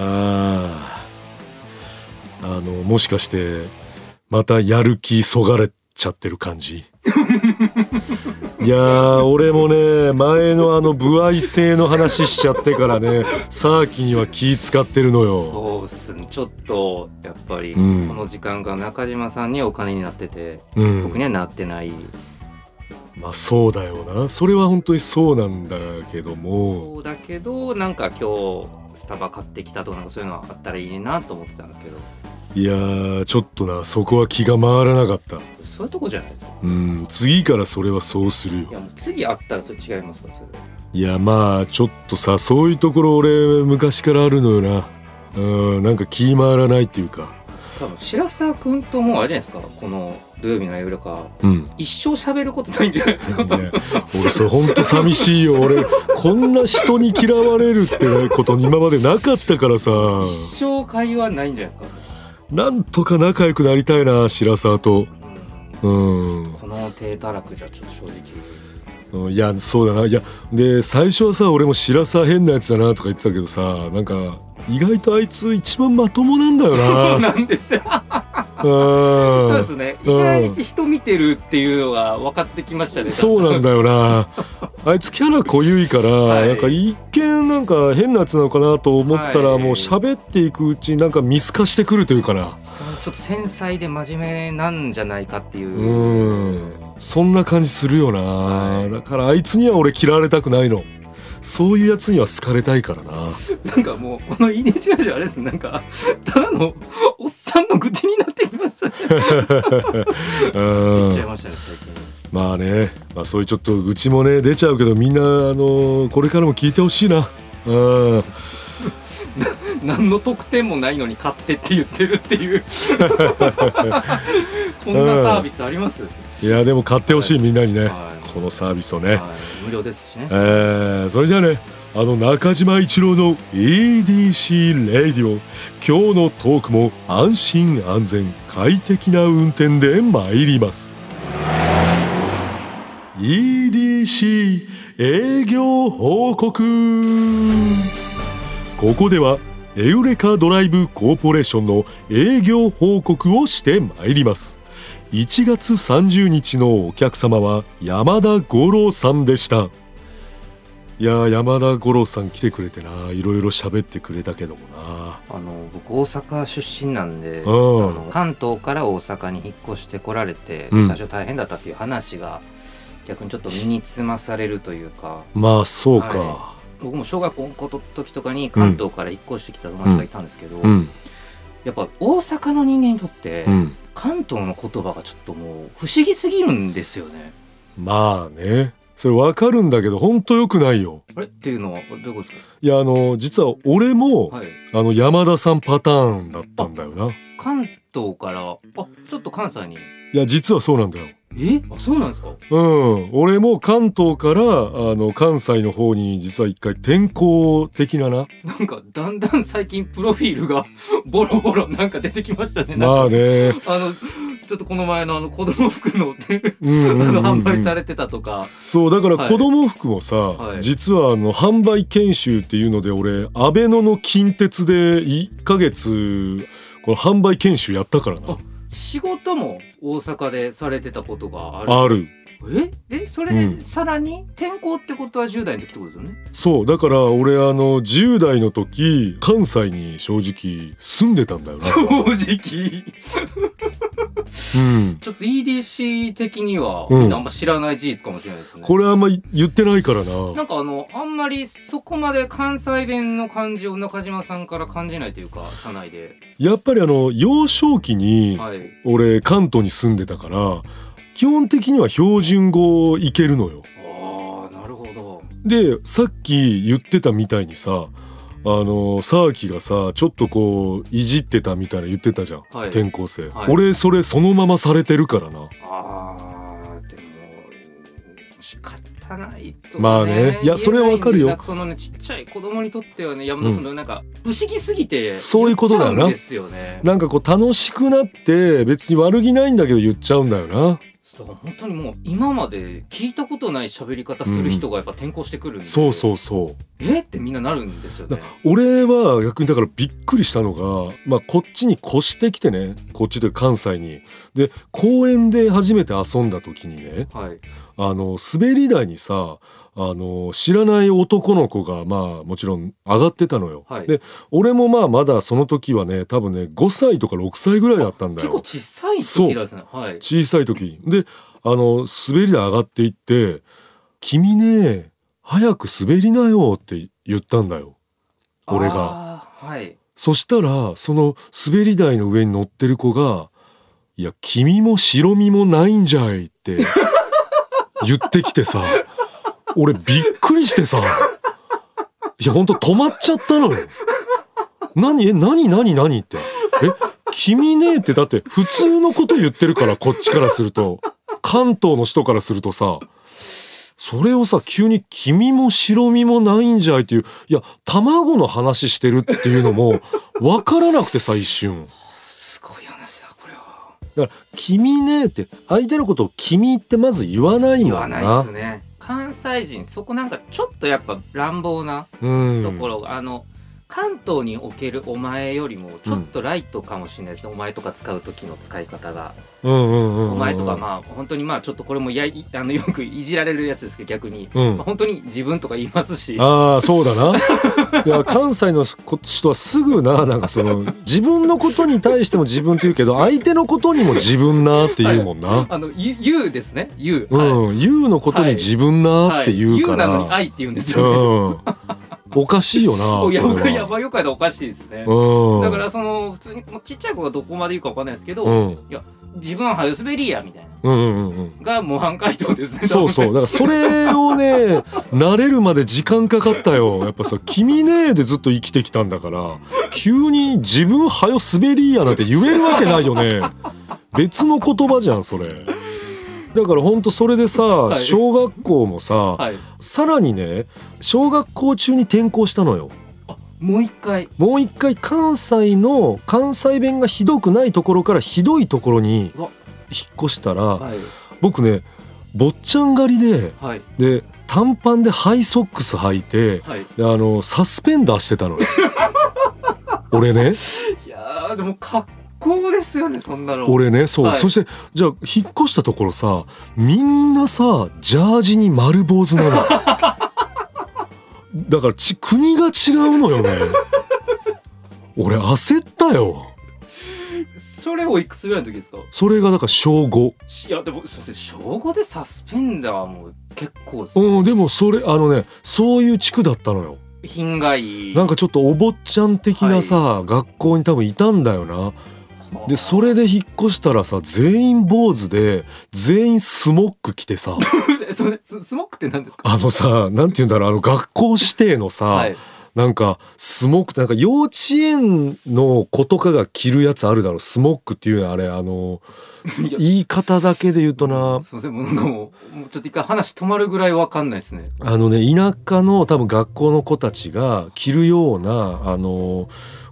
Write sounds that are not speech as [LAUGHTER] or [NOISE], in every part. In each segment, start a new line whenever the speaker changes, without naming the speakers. ああのもしかしてまたやる気そがれちゃってる感じいやー俺もね前のあの歩合制の話しちゃってからねサーキには気使ってるのよ
そうっすねちょっとやっぱりこ
うん
の時間が中島さんにお金になってて、
うん
僕にはなってない
まあそうだよなそれは本当にそうなんだけども
そうだけどなんか今日スタバ買ってきたとかなんかそういうのはあったらいいなと思ってたんですけど
いやーちょっとなそこは気が回らなかった
そういうとこじゃないですか
うん次からそれはそうするよ
いやもう次あったらそれ違いますからそれ
いやまあちょっとさそういうところ俺昔からあるのよなうんなんか気回らないっていうか
多分白沢君ともうあれじゃないですかこの土曜日の夜か
うん
一生喋ることないんじゃないですか
ね、俺それほんと寂しいよ俺こんな人に嫌われるってこと今までなかったからさ
一生会話ないんじゃないですか、
なんとか仲良くなりたいな白沢とうん
この低たらくじゃちょっと正直
うんいやそうだないやで最初はさ俺も白沢変なやつだなとか言ってたけどさなんか意外とあいつ一番まともなんだよ
[LAUGHS] そう
な
なんですよ
うん
そうですね。意
うん
外に人見てるっていうのが分かってきましたね。
そうなんだよなあいつキャラ濃ゆいから、
はい
なんか一見なんか変なやつなのかなと思ったら、
はい
もう喋っていくうちになんか見透かしてくるというかな
ちょっと繊細で真面目なんじゃないかっていう。
うんそんな感じするよな、
はい
だからあいつには俺嫌われたくないのそういうやつには好かれたいからな
なんかもうこのイネジラジオあれですね。なんかただのおっさんの愚痴になってきましたね。
う
言っちゃい
ん
ましたね最近。
まあね、まあ、そういうちょっとうちもね出ちゃうけどみんなあのこれからも聞いてほしいなうん
何の特典もないのに買ってって言ってるっ
[LAUGHS]
ていう。こんなサービスあります。
いやでも買ってほしいみんなにね、
はい
このサービスをね、
はい無料ですしね。
えーそれじゃあねあの中島一郎の EDC レディオ今日のトークも安心安全快適な運転で参ります EDC 営業報告ここではエウレカドライブコーポレーションの営業報告をして参ります1月30日のお客様は山田五郎さんでしたいやー山田五郎さん来てくれてないろいろ喋ってくれたけどもな
あの僕大阪出身なんで、
う
あ
ん
の関東から大阪に引っ越してこられて、
うん
最初大変だったっていう話が逆にちょっと身につまされるというか
まあそうか、
は僕も小学校の時とかに関東から引っ越してきた友達がいたんですけど、
ん
やっぱ大阪の人間にとって、
ん
関東の言葉がちょっともう不思議すぎるんですよね。
まあねそれわかるんだけどほんとよくないよ
あれっていうのはこれどういうことです
いやあの実は俺も、
か、はい、
あの山田さんパターンだったんだよな
関東からあちょっと関西に
いや実はそうなんだよ
えあそうなんですか
うん俺も関東からあの関西の方に実は一回転校的なな
なんかだんだん最近プロフィールが [LAUGHS] ボロボロなんか出てきましたね。なんか
まあね
あのちょっとこの前のあの子供服の
うん
あ
うんうんう
の
ん
販売されてたとか、
そうだか
は
ら
い
子供服もさ、
はい
実はあの販売研修っていうので俺アベノの近鉄で1ヶ月この販売研修やったからな
あ仕事も大阪でされてたことがある。
ある
えでそれ
う
で
ん
さらに転校ってことは10代の時ってことですよね。
[LAUGHS] そうだから俺あの10代の時関西に正直住んでたんだよな、
正直
うん、
ちょっと EDC 的には、
うん
みんなあんま知らない事実かもしれないですね。
これあんま言ってないからな
なんかあのあんまりそこまで関西弁の感じを中島さんから感じないというか社内で、
やっぱりあの幼少期に
はい、
俺関東に住んでたから基本的には標準語いけるのよ
ああなるほど
でさっき言ってたみたいにさあの沢木がさちょっとこういじってたみたいな言ってたじゃん、
はい
転校生、
はい
俺それそのままされてるからな
あーでも仕方ないと、
まあねいやそれはわかるよ
言えないんだそのねちっちゃい子供にとってはねいやもうそのなんか不思議すぎて
そういうことだよな
言っちゃうんですよね
なんかこう楽しくなって別に悪気ないんだけど言っちゃうんだよな
だから本当にもう今まで聞いたことない喋り方する人がやっぱ転校してくるんで、
そう
う
そうそう
えってみんななるんですよね
だ俺は逆にだからびっくりしたのが、まあ、こっちに越してきてねこっちで関西にで公園で初めて遊んだ時にね
はい
あの滑り台にさあの知らない男の子がまあもちろん上がってたのよ、
はい
で俺もまあまだその時はね多分ね5歳とか6歳ぐらいだったんだ
結構
よ
小さい時なんですねはい
小さい時であの滑り台上がっていって「君ね早く滑りなよ」って言ったんだよ。俺が
あーはい
そしたらその滑り台の上に乗ってる子が「いや君も白身もないんじゃい」って言ってきてさ俺びっくりしてさいやほんと止まっちゃったのよ。何え何何何って「え君ね」ってだって普通のこと言ってるからこっちからすると関東の人からするとさそれをさ急に「君も白身もないんじゃい」っていういや卵の話してるっていうのも分からなくてさ一瞬。
すごい話だこれは
だから「君ね」って相手のことを「君」ってまず言わない
言
も
わ
ん
な
ない
ですね関西人そこなんかちょっとやっぱ乱暴な
うん
ところが、あの関東におけるお前よりもちょっとライトかもしれないですね、お前とか使う時の使い方が、
うんうんうんうん
お前とかまあ本当にまあちょっとこれもやいあのよくいじられるやつですけど逆に、
うん
まあ、本当に自分とか言いますし
ああそうだな
[LAUGHS]
いや関西の人はすぐななんかその自分のことに対しても自分って言うけど相手のことにも自分なって言うもんな、
あのゆ言うですね言う、はい
うん「言うのことに自分な」って言うか
はい、言うな
ら、
のに愛って言うんですよ、ね
うんおかしいよな
[LAUGHS] いや
そ
僕
れ
や
は
ばいよかいでおかしいですね、
うん
だからその普通にもうちっちゃい子がどこまで言うかわかんないですけど、
うん
自分は早滑りやみたいな
うんうんうん
が模範解答ですね
そうそうだからそれをね慣れるまで時間かかったよやっぱさ「君ね」でずっと生きてきたんだから急に「自分はよ滑りや」なんて言えるわけないよね別の言葉じゃんそれだからほんとそれでさ
い
小学校もさ
はい
さらにね小学校中に転校したのよ
もう一回
もう一回関西の関西弁がひどくないところからひどいところに
うわ
引っ越したら
はい
僕ね坊ちゃん狩りで
はい
で短パンでハイソックス履いて [LAUGHS]
はい
であのサスペンダーして
[LAUGHS]
たのよ俺ね
いやーでも格好ですよねそんなの
俺ねそう、
はい
そしてじゃあ引っ越したところさみんなさジャージに丸坊主な
[LAUGHS]
のだからち国が違うのよね俺焦ったよ
それおいくつぐらいの時ですか
それがだから小5
しいやでもすいません小5でサスペンダーはもう結構です
うんでもそれあのねそういう地区だったのよ
品がいい
なんかちょっとお坊ちゃん的なさ、学校に多分いたんだよなでそれで引っ越したらさ全員坊主で全員スモック着てさ [LAUGHS]
れ [LAUGHS] すいませんススモックって何ですか
あのさなんて言うんだろうあの学校指定のさ、
はい
なんかスモックってなんか幼稚園の子とかが着るやつあるだろうスモックっていうのあれあの
いや
言い方だけで言うとな
すいませんもうなんかもうもうちょっと一回話止まるぐらいわかんないですね
あのね田舎の多分学校の子たちが着るようなあの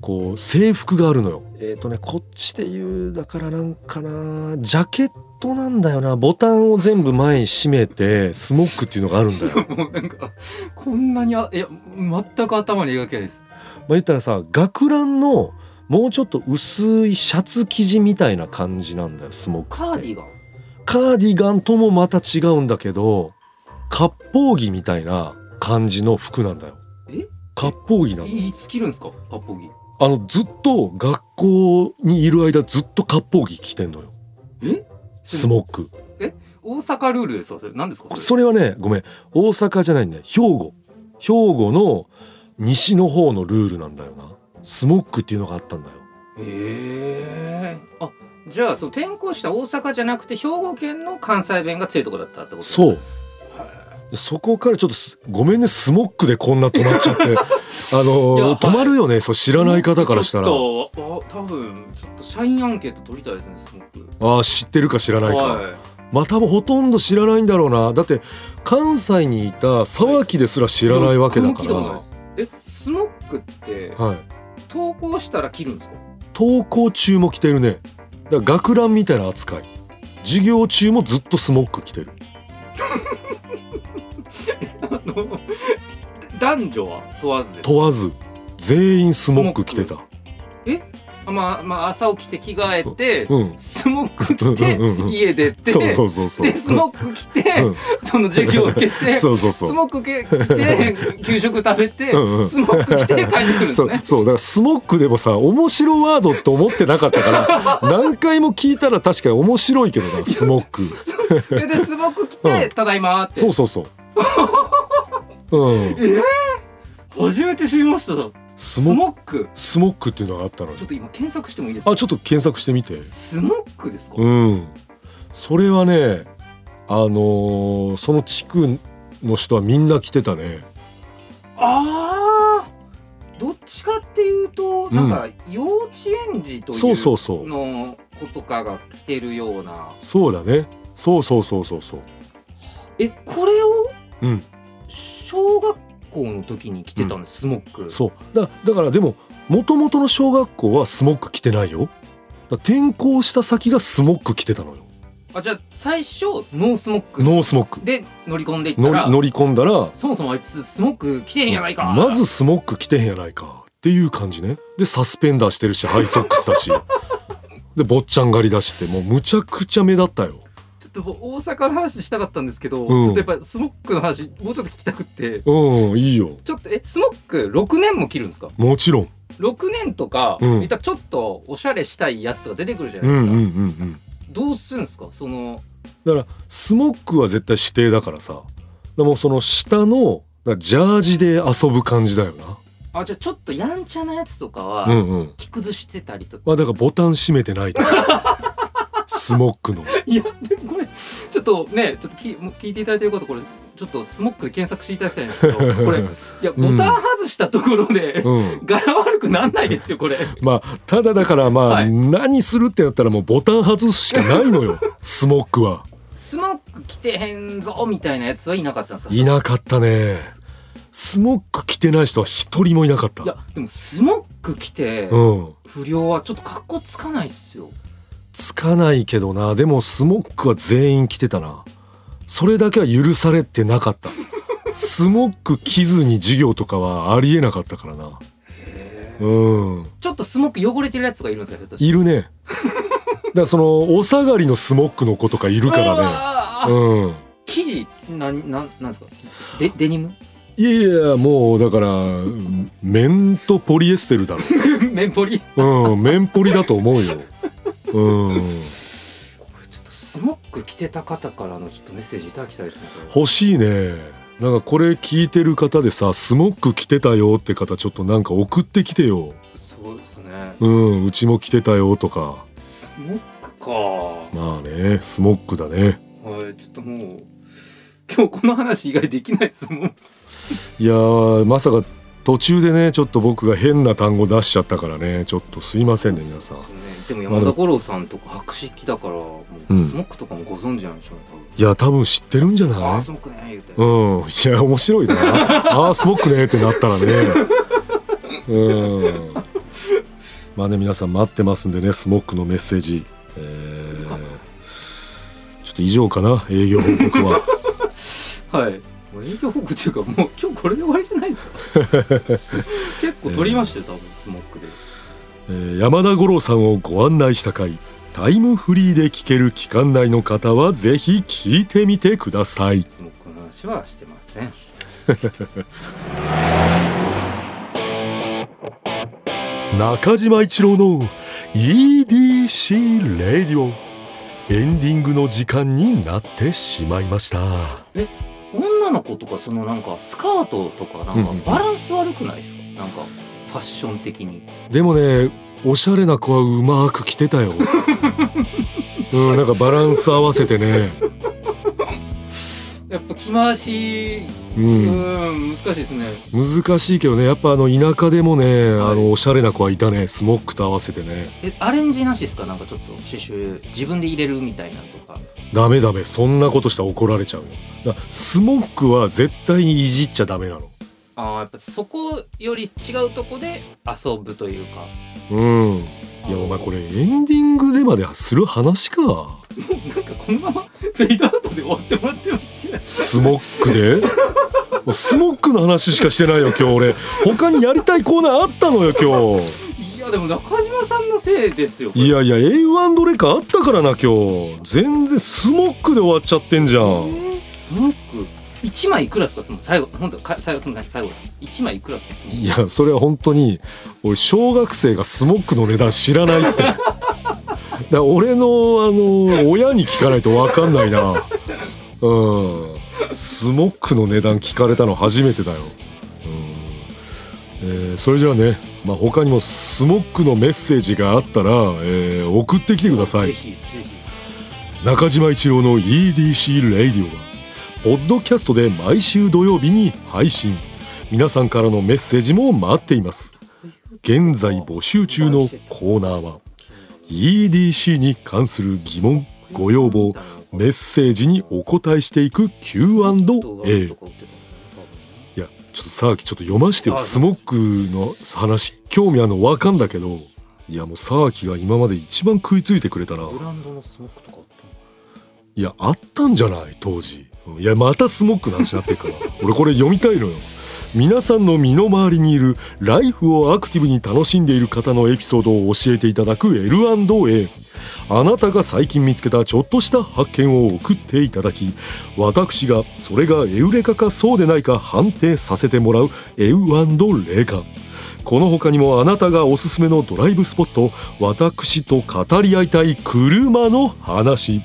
こう制服があるのよ。えっ、とねこっちで言うだからなんかなジャケットなんだよなボタンを全部前に閉めてスモックっていうのがあるん [LAUGHS] だよ。
もうなんかこんなにあいや全く頭に描けないです
まあ言ったらさ学ランのもうちょっと薄いシャツ生地みたいな感じなんだよスモックって。
カーディガン
カーディガンともまた違うんだけど割烹着みたいな感じの服なんだよ。
え
割烹着なんだよ
いいつ着るんですかカッポギ
あのずっと学校にいる間ずっと割烹着着てんのよ
え
スモック
大阪ルールですわそれ何ですか
それはねごめん大阪じゃないんだよ兵庫兵庫の西の方のルールなんだよなスモックっていうのがあったんだよ
ええあじゃあそう転校した大阪じゃなくて兵庫県の関西弁が強いとこだったってことう [LAUGHS]
そうそこからちょっとすごめんねスモックでこんな止まっちゃってあ
いやは
の
い
止まるよね、そう知らない方からしたら
ちょっとあ多分ちょっと社員アンケート取りたいですねすごく
ああ知ってるか知らないか、
はい
まあ多分ほとんど知らないんだろうなだって関西にいた沢木ですら知らないわけだから、
僕も聞いたことないですえスモックって
はい、
投稿したら切るんですか [LAUGHS]
登校中も着てるねだから学ランみたいな扱い授業中もずっとスモック着てる
あの男女は問わずです
問わず全員スモック着てた
あまあまあ朝起きて着替えて、
うん
スモック着て、
うんうんうんうん
家出て
そうそうそうそう
でスモック着て、
うん
その授業受
[LAUGHS]
けて
そうそう
ス
そう
モックけ着て給食食べ
[LAUGHS]
て、
うんうん
スモック着て帰ってくるんです
そう
ね。
そうだからスモックでもさ面白ワードって思ってなかった
[LAUGHS]
から何回も聞いたら確かに面白いけどなスモック
それでスモック着て、
うん
ただいまーって。
そうそう
[LAUGHS]
そううん
初めて知りましただ。
ス
ス
モック
モック。
スモックっていうのがあったの
ちょ
に
っと今検索してもいいですか。
あちょっと検索してみて
スモックですか。
うん、それはねあのーその地区の人はみんな来てたね
ああ。どっちかっていうと、なんか幼稚園児という
そうそうそう
の子とかが着てるような。
そうだねそうそうそうそうそう
え、これを。
うん
小学校の時に着てたんです。スモック。
そうだだからでも元々の小学校はスモック着てないよだ転校した先がスモック着てたのよ
あ、じゃあ、最初ノースモック。
ノースモック
で乗り込んでいった
乗
ら
り乗り込んだら
そもそもあいつスモック着てへんやないか
まずスモック着てへんやないかっていう感じねでサスペンダーしてるしハイソックスだ
[LAUGHS]
しで坊ちゃん狩りだしってもうむちゃくちゃ目立ったよ
ちょっと僕大阪の話したかったんですけど、
うん
ちょっとやっぱスモックの話もうちょっと聞きたくて
うんいいよ
ちょっとえスモック6年も着るんですか
もちろん
6年とか、
うん
いったらちょっとおしゃれしたいやつとか出てくるじゃな
う
い
ん
で
うん
すか、
うんうん
どうするんですかその
だからスモックは絶対指定だからさでもうその下のだからジャージで遊ぶ感じだよな
あじゃあちょっとやんちゃなやつとか
う
は
んうん
着崩してたりとか、
[LAUGHS] まあだからボタン閉めてないと [LAUGHS] かスモックの
いやでもこれちょっとねちょっときもう聞いていただいてる方これちょっとスモックで検索していただきたいんですけど
[LAUGHS]
これいやボタン外したところで、
うん
柄悪くなんないですよこれ
まあただだからまあ、
はい
何するってなったらもうボタン外すしかないのよスモック [LAUGHS] は
スモック着てへんぞみたいなやつはいなかったんですか
いなかったねスモック着てない人は一人もいなかっ
いや
た
でもスモック着て
うん
不良はちょっと格好つかないっすよ
つかないけどなでもスモックは全員着てたなそれだけは許されてなかったスモック着ずに授業とかはありえなかったからなうん
ちょっとスモック汚れてるやつがいるんですかひょっとして
いるねだからそのお下がりのスモックの子とかいるから
ら
ねうん
生地なんなんなんですかデデニム
いやいやもうだから綿とポリエステルだ
[LAUGHS] メンポリこ
ろうん綿ポリだと思うようん
れちょっとスモック着てた方からのちょっとメッセージいただきたいですねこ
欲しいねなんかこれ聞いてる方でさスモック着てたよって方ちょっとなんか送ってきてよ
れそうですね
うんうちも着てたよとか
スモックか
まあねスモックだね
はいちょっともう今日この話以外できないですもん
いやーまさか途中でねちょっと僕が変な単語出しちゃったからねちょっとすいませんね皆さん
ねでも山田五郎さんとか白色だから、も
う
うんスモックとかもご存知なんでしょうね、
いや多分知ってるんじゃ
多分あ
な
あ
い
スモックね言うて、
うん、いや面白いなあースモックねってなったらねうんまあね皆さん待ってますんでねスモックのメッセージ、えーちょっと以上かな営業報告は
はいもう営業報告というかもう [LAUGHS] 今日これで終わりじゃないですか [LAUGHS] 結構取りましたよ多分スモックで
えー山田五郎さんをご案内した回タイムフリーで聞ける期間内の方はぜひ聞いてみてください
スモックの話はしてません
中島一郎の EDC レディオエンディングの時間になってしまいました
女の子とかそのなんかスカートとかなん
うんうん
かバランス悪くないですか、なんかファッション的に
でもねおしゃれな子はうまく着て
[LAUGHS]
たようんなんかバランス合わせてね
やっぱ着回し、
う、
うんん、難しいですね。
難しいけどねやっぱあの田舎でもね、
はい
あのおしゃれな子はいたねスモックと合わせてね
え、アレンジなしですか、なんかちょっと刺繍、自分で入れるみたいなとか。
ダメダメそんなことしたら怒られちゃうよだからスモックは絶対にいじっちゃダメなの
ああ、やっぱそこより違うとこで遊ぶというか。
うんいやお前これエンディングでまでする話か
もうなんかこのま [LAUGHS] まフェイドアウトで終わってもらってます
スモックでもうスモックの話しかしてないよ今日俺他にやりたいコーナーあったのよ今
いやでも中島さんのせいですよ
日いやいや A1 レカあったからな今日全然スモックで終わっちゃってんじゃ
え
ん
ースモック一枚いくらですかその最後本当か最後すみません最後です一枚いくらですかスモック
いやそれは本当に俺小学生がスモックの値段知らないってだから俺のあの親に聞かないと分かんないなうんスモックの値段聞かれたの初めてだよ、うんえーそれじゃあね、まあ、他にもスモックのメッセージがあったら、えー送ってきてください
ぜひぜひ
中島一郎の EDC レイディオはポッドキャストで毎週土曜日に配信皆さんからのメッセージも待っています現在募集中のコーナーは EDC に関する疑問ご要望メッセージにお答えしていく Q&A いやちょっとさあきちょっと読ましてよスモックの話興味あるのわかんだけどいやもうさあきが今まで一番食いついてくれたな
ブランドのスモックとかあったの
いやあったんじゃない当時いやまたスモックの話になってるから [LAUGHS] 俺これ読みたいのよ皆さんの身の回りにいるライフをアクティブに楽しんでいる方のエピソードを教えていただく L&A あなたが最近見つけたちょっとした発見を送っていただき私がそれがエウレカかそうでないか判定させてもらうエウレカこの他にもあなたがおすすめのドライブスポット私と語り合いたい車の話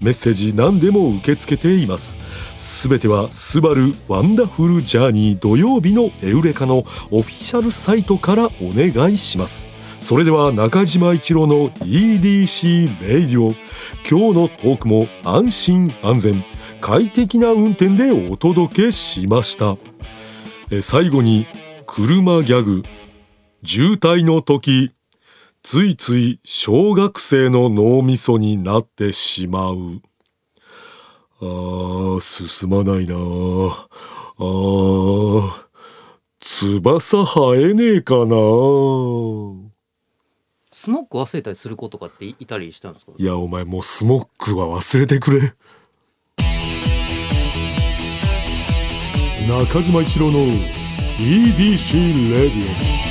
メッセージ何でも受け付けていますすべては「スバルワンダフルジャーニー土曜日のエウレカ」のオフィシャルサイトからお願いしますそれでは中島一郎の EDC レイディオ今日のトークも安心安全快適な運転でお届けしましたえ最後に車ギャグ渋滞の時ついつい小学生の脳みそになってしまう。あー、進まないなあ。あー、翼生えねえかな
スモック忘れたりする子とかっていたりしたんですか
いや、お前もうスモックは忘れてくれ。中島一郎の EDC レディオ。